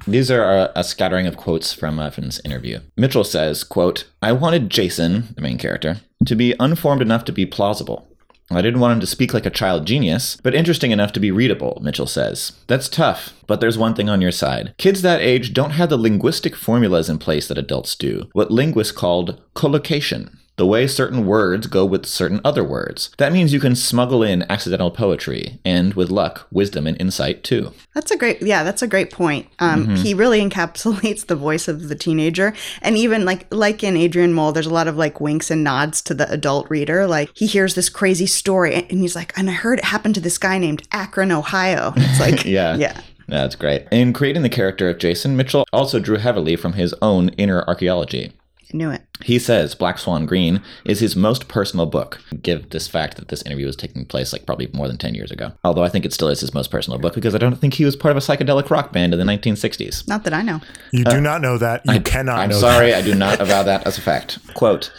These are a, a scattering of quotes from, uh, from this interview. Mitchell says, quote, I wanted Jason, the main character, to be unformed enough to be plausible. I didn't want him to speak like a child genius, but interesting enough to be readable, Mitchell says. That's tough, but there's one thing on your side. Kids that age don't have the linguistic formulas in place that adults do, what linguists called collocation the way certain words go with certain other words. That means you can smuggle in accidental poetry and, with luck, wisdom and insight too. That's a great, yeah, that's a great point. Um, He really encapsulates the voice of the teenager, and even like like in Adrian Mole, there's a lot of like winks and nods to the adult reader. Like he hears this crazy story, and and he's like, "And I heard it happened to this guy named Akron, Ohio." It's like, Yeah. yeah, No, That's great. In creating the character of Jason, Mitchell also drew heavily from his own inner archaeology. I knew it. He says Black Swan Green is his most personal book, give this fact that this interview was taking place like probably more than 10 years ago. Although I think it still is his most personal book because I don't think he was part of a psychedelic rock band in the 1960s. Not that I know. You do not know that. You cannot I'm know sorry, Uh, I do not avow that as a fact. Quote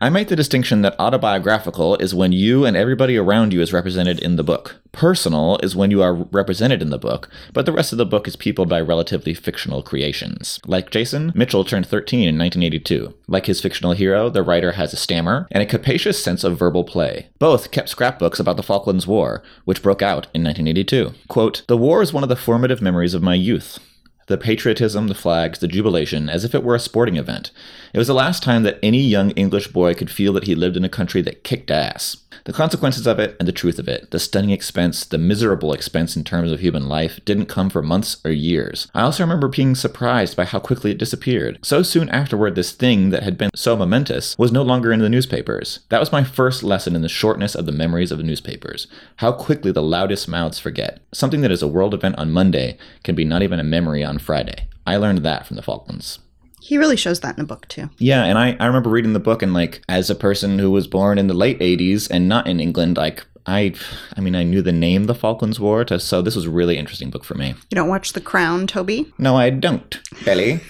I make the distinction that autobiographical is when you and everybody around you is represented in the book. Personal is when you are represented in the book, but the rest of the book is peopled by relatively fictional creations. Like Jason, Mitchell turned 13 in 1982. Like his fictional hero, the writer has a stammer and a capacious sense of verbal play. Both kept scrapbooks about the Falklands War, which broke out in 1982. Quote The war is one of the formative memories of my youth. The patriotism, the flags, the jubilation, as if it were a sporting event. It was the last time that any young English boy could feel that he lived in a country that kicked ass. The consequences of it and the truth of it, the stunning expense, the miserable expense in terms of human life, didn't come for months or years. I also remember being surprised by how quickly it disappeared. So soon afterward, this thing that had been so momentous was no longer in the newspapers. That was my first lesson in the shortness of the memories of newspapers. How quickly the loudest mouths forget. Something that is a world event on Monday can be not even a memory on Friday. I learned that from the Falklands. He really shows that in the book too. Yeah, and I, I remember reading the book and like as a person who was born in the late eighties and not in England, like I I mean I knew the name the Falklands War, to, so this was a really interesting book for me. You don't watch The Crown, Toby? No, I don't, Belly.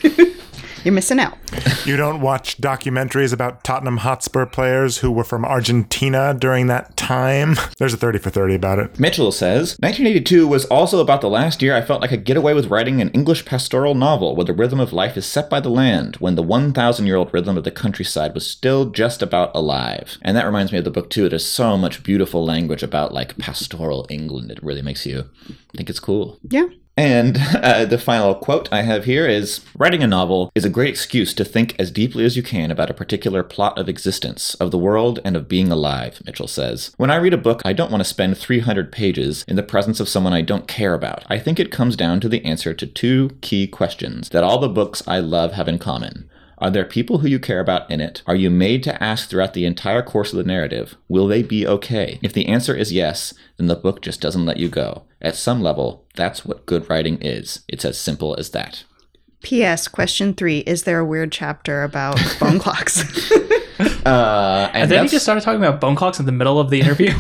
You're missing out. that. You don't watch documentaries about Tottenham Hotspur players who were from Argentina during that time. There's a 30 for 30 about it. Mitchell says, 1982 was also about the last year I felt like I could get away with writing an English pastoral novel where the rhythm of life is set by the land, when the 1,000 year old rhythm of the countryside was still just about alive. And that reminds me of the book, too. There's so much beautiful language about, like, pastoral England. It really makes you think it's cool. Yeah. And *laughs* uh, the final quote I have here is Writing a novel is a great excuse to think as deeply as you can about a particular plot of existence, of the world, and of being alive, Mitchell says. When I read a book, I don't want to spend 300 pages in the presence of someone I don't care about. I think it comes down to the answer to two key questions that all the books I love have in common. Are there people who you care about in it? Are you made to ask throughout the entire course of the narrative, will they be okay? If the answer is yes, then the book just doesn't let you go. At some level, that's what good writing is. It's as simple as that. P.S. Question three: Is there a weird chapter about *laughs* phone clocks? *laughs* Uh, and, And then he that's- just started talking about bone clocks in the middle of the interview.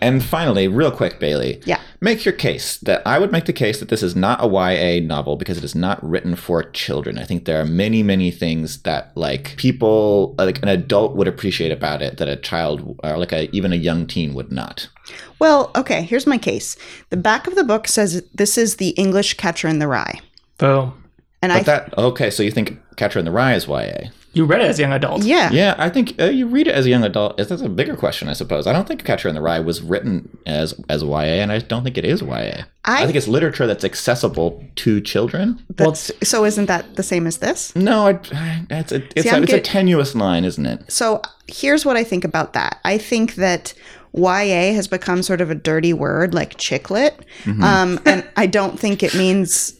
and finally, real quick, Bailey. Yeah. Make your case that I would make the case that this is not a YA novel because it is not written for children. I think there are many, many things that like people, like an adult would appreciate about it that a child or like a, even a young teen would not. well, okay. Here's my case. The back of the book says this is the English Catcher in the Rye, Boom. and I But that okay, so you think Catcher in the Rye is YA? You read it as a young adult. yeah. Yeah, I think uh, you read it as a young adult. That's a bigger question, I suppose. I don't think Catcher in the Rye was written as as YA, and I don't think it is YA. I, I- think it's literature that's accessible to children. Well, That's- so isn't that the same as this? No, I, that's a it's, See, a, I'm it's a get- tenuous line, isn't it? So here's what I think about that. I think that YA has become sort of a dirty word like chicklet. Mm-hmm. Um, and I don't think it means,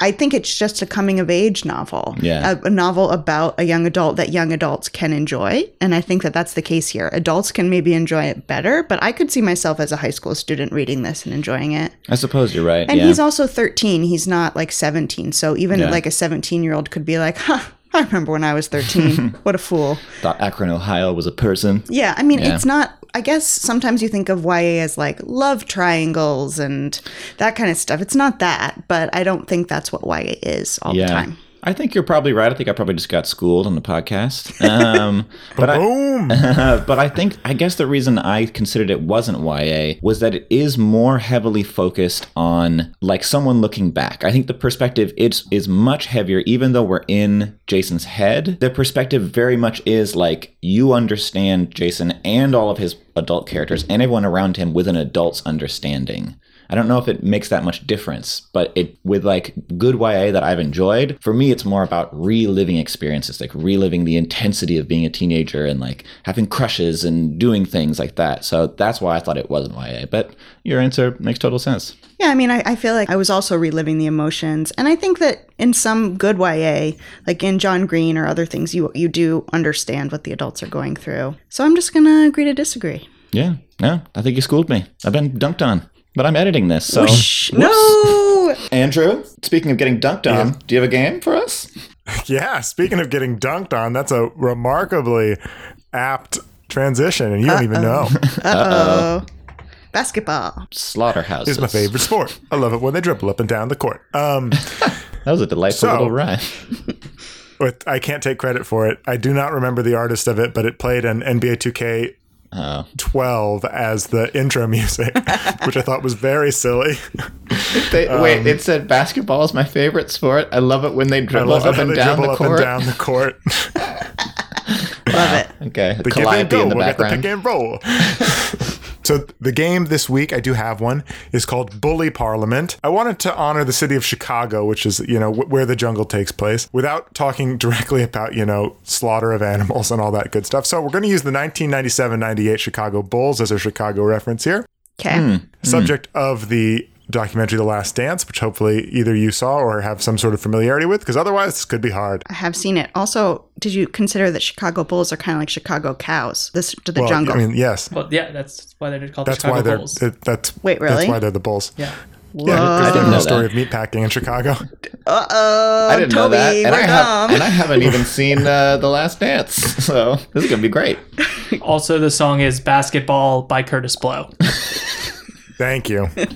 I think it's just a coming of age novel. Yeah. A, a novel about a young adult that young adults can enjoy. And I think that that's the case here. Adults can maybe enjoy it better, but I could see myself as a high school student reading this and enjoying it. I suppose you're right. And yeah. he's also 13. He's not like 17. So even Yeah. like a 17 year old could be like, huh, I remember when I was 13. *laughs* what a fool. Thought Akron, Ohio was a person. Yeah, I mean, Yeah. it's not. I guess sometimes you think of YA as like love triangles and that kind of stuff. It's not that, but I don't think that's what YA is all the time. I think you're probably right. I think I probably just got schooled on the podcast. *laughs* Um, but I, *laughs* Boom. but I think I guess the reason I considered it wasn't YA was that it is more heavily focused on like someone looking back. I think the perspective it's is much heavier, even though we're in Jason's head. The perspective very much is like you understand Jason and all of his adult characters and everyone around him with an adult's understanding. I don't know if it makes that much difference, but it with like good YA that I've enjoyed, for me it's more about reliving experiences, like reliving the intensity of being a teenager and like having crushes and doing things like that. So that's why I thought it wasn't YA. But your answer makes total sense. Yeah, I mean, I, I feel like I was also reliving the emotions, and I think that in some good YA, like in John Green or other things, you you do understand what the adults are going through. So I'm just gonna agree to disagree. Yeah. No, I think you schooled me. I've been dunked on. But I'm editing this, so Whoosh. No. Andrew, speaking of getting dunked on, do you have a game for us? Yeah, speaking of getting dunked on, that's a remarkably apt transition, and you don't even know. Uh oh. Basketball. Slaughterhouse. It's my favorite sport. I love it when they dribble up and down the court. Um, That was a delightful So- little rhyme. but I can't take credit for it. I do not remember the artist of it, but it played on NBA 2K. Oh. 12 as the intro music, *laughs* which I thought was very silly. They, Um, wait, it said basketball is my favorite sport. I love it when they I dribble love up how and they down the dribble up and court. down the court. Love it. Okay, the give and Calliope go. in the we'll background. get the pick and roll. *laughs* so th- the game this week, I do have one, is called Bully Parliament. I wanted to honor the city of Chicago, which is you know wh- where the jungle takes place, without talking directly about you know slaughter of animals and all that good stuff. So we're going to use the 1997-98 Chicago Bulls as our Chicago reference here Okay. subject of the documentary The Last Dance, which hopefully either you saw or have some sort of familiarity with, because otherwise this could be hard. I have seen it. Also, did you consider that Chicago bulls are kind of like Chicago cows? This to the Well, jungle. I mean, yes. Well, yeah, that's why they're called That's the Chicago why they're Bulls. it- that's Wait, really? that's why they're the bulls. yeah. Yeah, I didn't because there's know no that. story of meatpacking in Chicago. uh oh. I didn't Toby, know that, and I, we're have, dumb. and I haven't *laughs* even seen uh, the Last Dance, *laughs* so this is gonna be great. Also, the song is "Basketball" by Curtis Blow. Thank you. The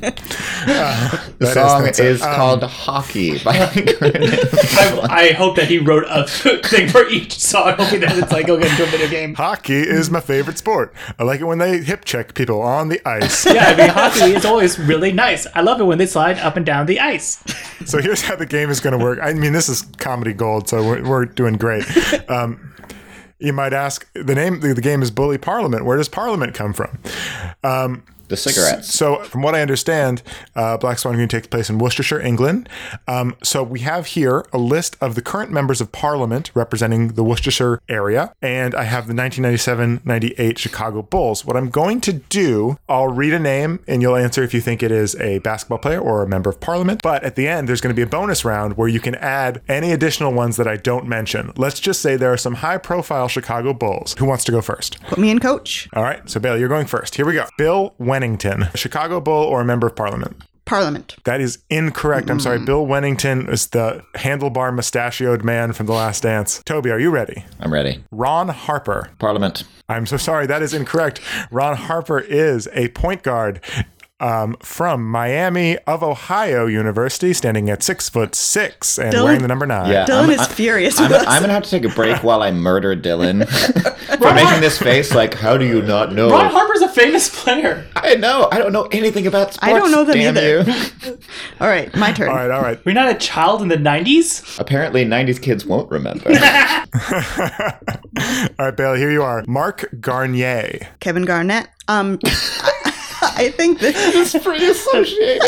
That is- song that's is, it. Um, called "Hockey" by *laughs* Curtis. I, I hope that he wrote a *laughs* thing for each song. Hoping that it's like okay into a video game. Hockey is my favorite sport. I like it when they hip check people on the ice. Yeah, I mean, hockey is always really nice. I love it when they slide up and down the ice. so here's how the game is going to work. I mean, this is comedy gold, so we're, we're doing great. Um, you might ask the name. The, the game is Bully Parliament. Where does Parliament come from? Um, the cigarettes. So, from what I understand, uh, Black Swan Green takes place in Worcestershire, England. Um, so, we have here a list of the current members of Parliament representing the Worcestershire area. And I have the 1997 98 Chicago Bulls. What I'm going to do, I'll read a name and you'll answer if you think it is a basketball player or a member of Parliament. But at the end, there's going to be a bonus round where you can add any additional ones that I don't mention. Let's just say there are some high profile Chicago Bulls. Who wants to go first? Put me in, coach. All right, so Bailey, you're going first. Here we go. Bill Wennington, a Chicago Bull or a member of Parliament? Parliament. That is incorrect. I'm sorry. Bill Wennington is the handlebar mustachioed man from The Last Dance. Toby, are you ready? I'm ready. Ron Harper. Parliament. I'm so sorry. That is incorrect. Ron Harper is a point guard. Um, from Miami of Ohio University, standing at six foot six and Dylan- wearing the number nine. Yeah, Dylan I'm- is I'm- furious I'm, with us. I'm gonna have to take a break while I murder *laughs* Dylan *laughs* for making this face. Like, how do you not know? Ron Harper's a famous player. I know. I don't know anything about sports. I don't know them damn either. you. *laughs* All right, my turn. All right, all right. We're not a child in the '90s. Apparently, '90s kids *laughs* won't remember. All right, Bailey, here you are. Mark Garnier. Kevin Garnett. Um, *laughs* I think this. Pretty associated.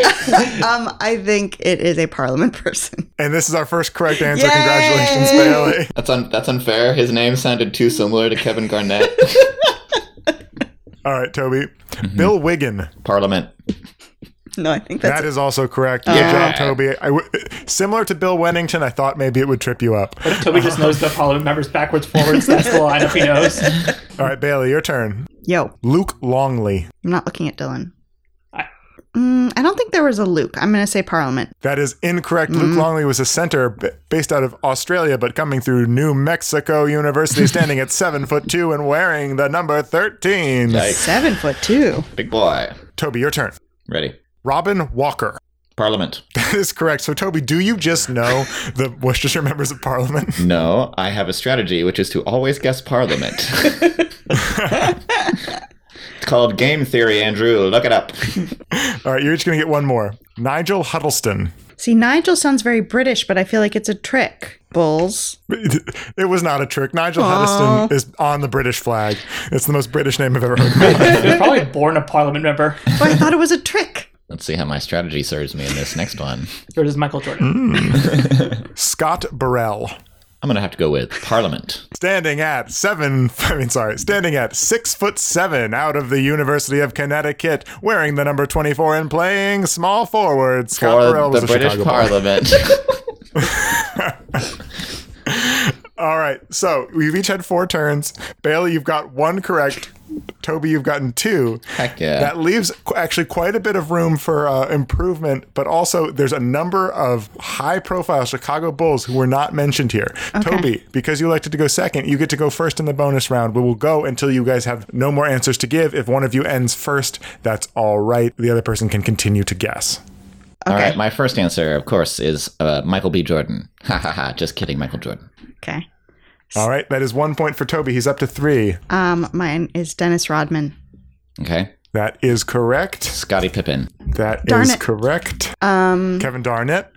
Um, I think it is a Parliament *laughs* person. And this is our first correct answer. Yay! Congratulations, Bailey. *laughs* That's un- that's unfair. His name sounded too similar to Kevin *laughs* Garnett. All right, Toby. Bill Wiggin. Parliament. No, I think that's That is also correct. Good job, Toby. I w- similar to Bill Wennington, I thought maybe it would trip you up. Toby just knows the Parliament members backwards, forwards. That's the lineup he knows. All right, Bailey, your turn. yo. Luke Longley. I'm not looking at Dylan. I- Mm, I don't think there was a Luke. I'm going to say Parliament. That is incorrect. Luke Longley was a center b- based out of Australia, but coming through New Mexico University, standing at seven foot two and wearing the number thirteen. Yikes. Seven foot two. Big boy. Toby, your turn. Ready. Robin Walker. *laughs* Parliament. That is correct. So, Toby, do you just know the *laughs* Worcestershire members of Parliament? No, I have a strategy, which is to always guess Parliament. *laughs* it's called game theory, Andrew. Look it up. All right, you're each going to get one more. Nigel Huddleston. See, Nigel sounds very British, but I feel like it's a trick. *laughs* Bulls. *laughs* It was not a trick. Nigel Huddleston is on the British flag. It's the most British name I've ever heard. in my *laughs* life. They're probably born a parliament member. Oh, I thought it was a trick. Let's see how my strategy serves me in this next one. Yours is Michael Jordan. Scott Burrell. I'm going to have to go with Parliament. Standing at seven, I mean, sorry, standing at six foot seven out of the University of Connecticut, wearing the number 24 and playing small forward. Scott Burrell For was the a British Chicago Bar. *laughs* Parliament. All right, so we've each had four turns. Bailey, you've got one correct. Toby, you've gotten two. Heck yeah. That leaves qu- actually quite a bit of room for uh, improvement, but also there's a number of high profile Chicago Bulls who were not mentioned here. Toby, because you elected to go second, you get to go first in the bonus round. We will go until you guys have no more answers to give. If one of you ends first, that's all right. The other person can continue to guess. All right, my first answer, of course, is uh, Michael B. Jordan. *laughs* Ha ha ha. Just kidding, Michael Jordan. Okay. All right, that is one point for Toby. He's up to three. Um, mine is Dennis Rodman. Okay. That is correct. Scottie Pippen. That is Darn it. correct. Um, Kevin Darnett.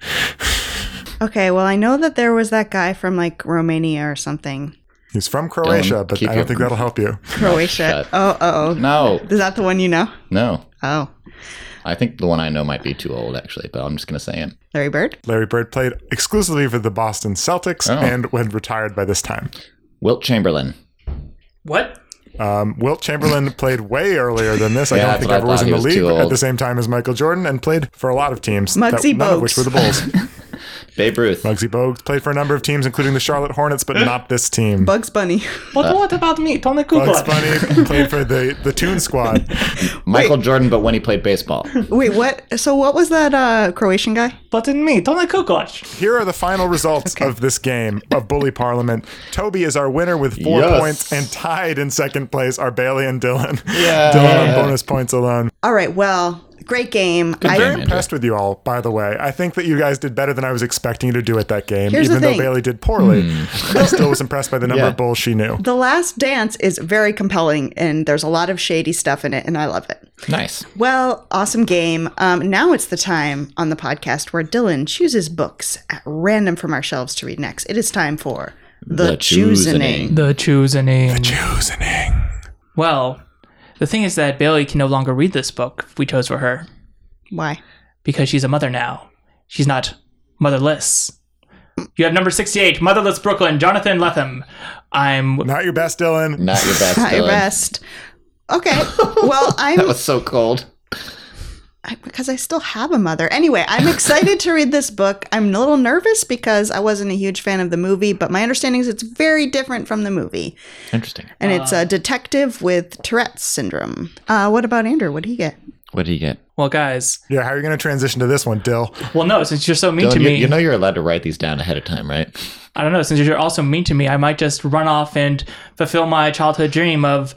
okay. Well, I know that there was that guy from like Romania or something, He's from Croatia, Dylan, but keep I don't your- think that'll help you. Croatia. Oh, oh, No, oh. Is that the one you know? no. Oh, I think the one I know might be too old, actually, but I'm just going to say it. Larry Bird. Larry Bird played exclusively for the Boston Celtics Oh. and when retired by this time. Wilt Chamberlain. What? Um, *laughs* Wilt Chamberlain played way earlier than this. I Yeah, don't that's think what I ever was thought. in He was the league too at old. the same time as Michael Jordan and played for a lot of teams, Muggsy none of Bogues. which were the Bulls. *laughs* Babe Ruth. Muggsy Bogues played for a number of teams, including the Charlotte Hornets, but not this team. Bugs Bunny. *laughs* But what about me, Tony Bugs Kukoc? Bunny played for the, the Toon Squad. Michael Jordan, but when he played *laughs* baseball. Wait, what? So what was that uh, Croatian guy? But in me, Tony Kukoc. Here are the final results *laughs* of this game of Bully Parliament. Toby is our winner with four Yes. points, and tied in second place are Bailey and Dylan. Yeah. Dylan on bonus points alone. All right. Well, great game. Good game, I, Andrew. Impressed with you all, by the way. I think that you guys did better than I was expecting you to do at that game, Here's the even though thing. Bailey did poorly. I still was impressed by the number Hmm. *laughs* Yeah. of bulls she knew. the Last Dance is very compelling, and there's a lot of shady stuff in it, and I love it. Nice. Well, awesome game. Um, now it's the time on the podcast where Dylan chooses books at random from our shelves to read next. It is time for the, The choosing. Choosening. The choosing. Choosing. Well, the thing is that Bailey can no longer read this book we chose for her Why? because she's a mother now. She's not motherless. You have number 68, Motherless Brooklyn, Jonathan Lethem. I'm. Not your best, Dylan. Not your best. Not your Dylan. best. *laughs* Okay. Well, That I'm was so cold. I, because I still have a mother. Anyway, I'm excited to read this book. I'm a little nervous because I wasn't a huge fan of the movie, but my understanding is it's very different from the movie. Interesting. And it's a detective with Tourette's syndrome. Uh, what about Andrew? What did he get? What did he get? Well, guys. Yeah, how are you going to transition to this one, Dill? Well, no, since you're so mean Dylan, to you, me. you know you're allowed to write these down ahead of time, right? I don't know, since you're also mean to me, I might just run off and fulfill my childhood dream of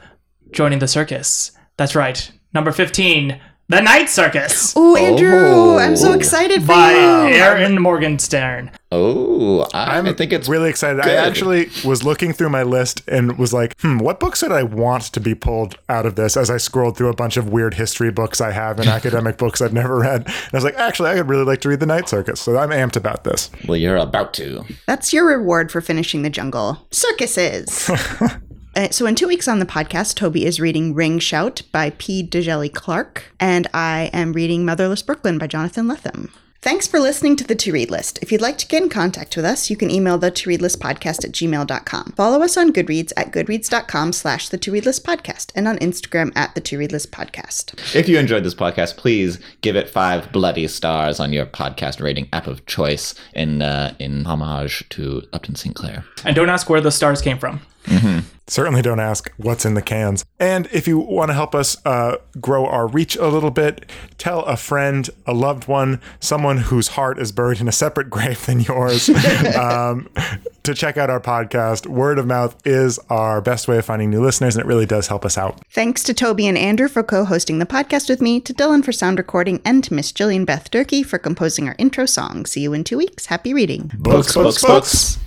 joining the circus. That's right. Number 15, The Night Circus Ooh, Andrew, I'm so excited for by you. Aaron Morgenstern. Oh, I, I I'm think it's really excited. I good. actually was looking through my list and was like, hmm, what books would I want to be pulled out of this as I scrolled through a bunch of weird history books I *laughs* have and academic books I've never read. And I was like, actually, I would really like to read The Night Circus. So I'm amped about this. Well, you're about to. That's your reward for finishing the jungle. Circuses. Uh, So, in two weeks on the podcast, Toby is reading Ring Shout by P. DeJelly Clark, and I am reading Motherless Brooklyn by Jonathan Lethem. Thanks for listening to the To Read List. If you'd like to get in contact with us, you can email the To Read List podcast at gmail.com. Follow us on Goodreads at goodreads.com slash the To Read List podcast and on Instagram at the To Read List podcast. If you enjoyed this podcast, please give it five bloody stars on your podcast rating app of choice in uh, in homage to Upton Sinclair. And don't ask where the stars came from. Certainly don't ask what's in the cans. And if you want to help us uh, grow our reach a little bit, tell a friend, a loved one, someone whose heart is buried in a separate *laughs* grave than yours um, to check out our podcast. Word of mouth is our best way of finding new listeners, and it really does help us out. Thanks to Toby and Andrew for co hosting the podcast with me, to Dylan for sound recording, and to Miss Jillian Beth Durkee for composing our intro song. See you in two weeks. Happy reading. Books, books, books.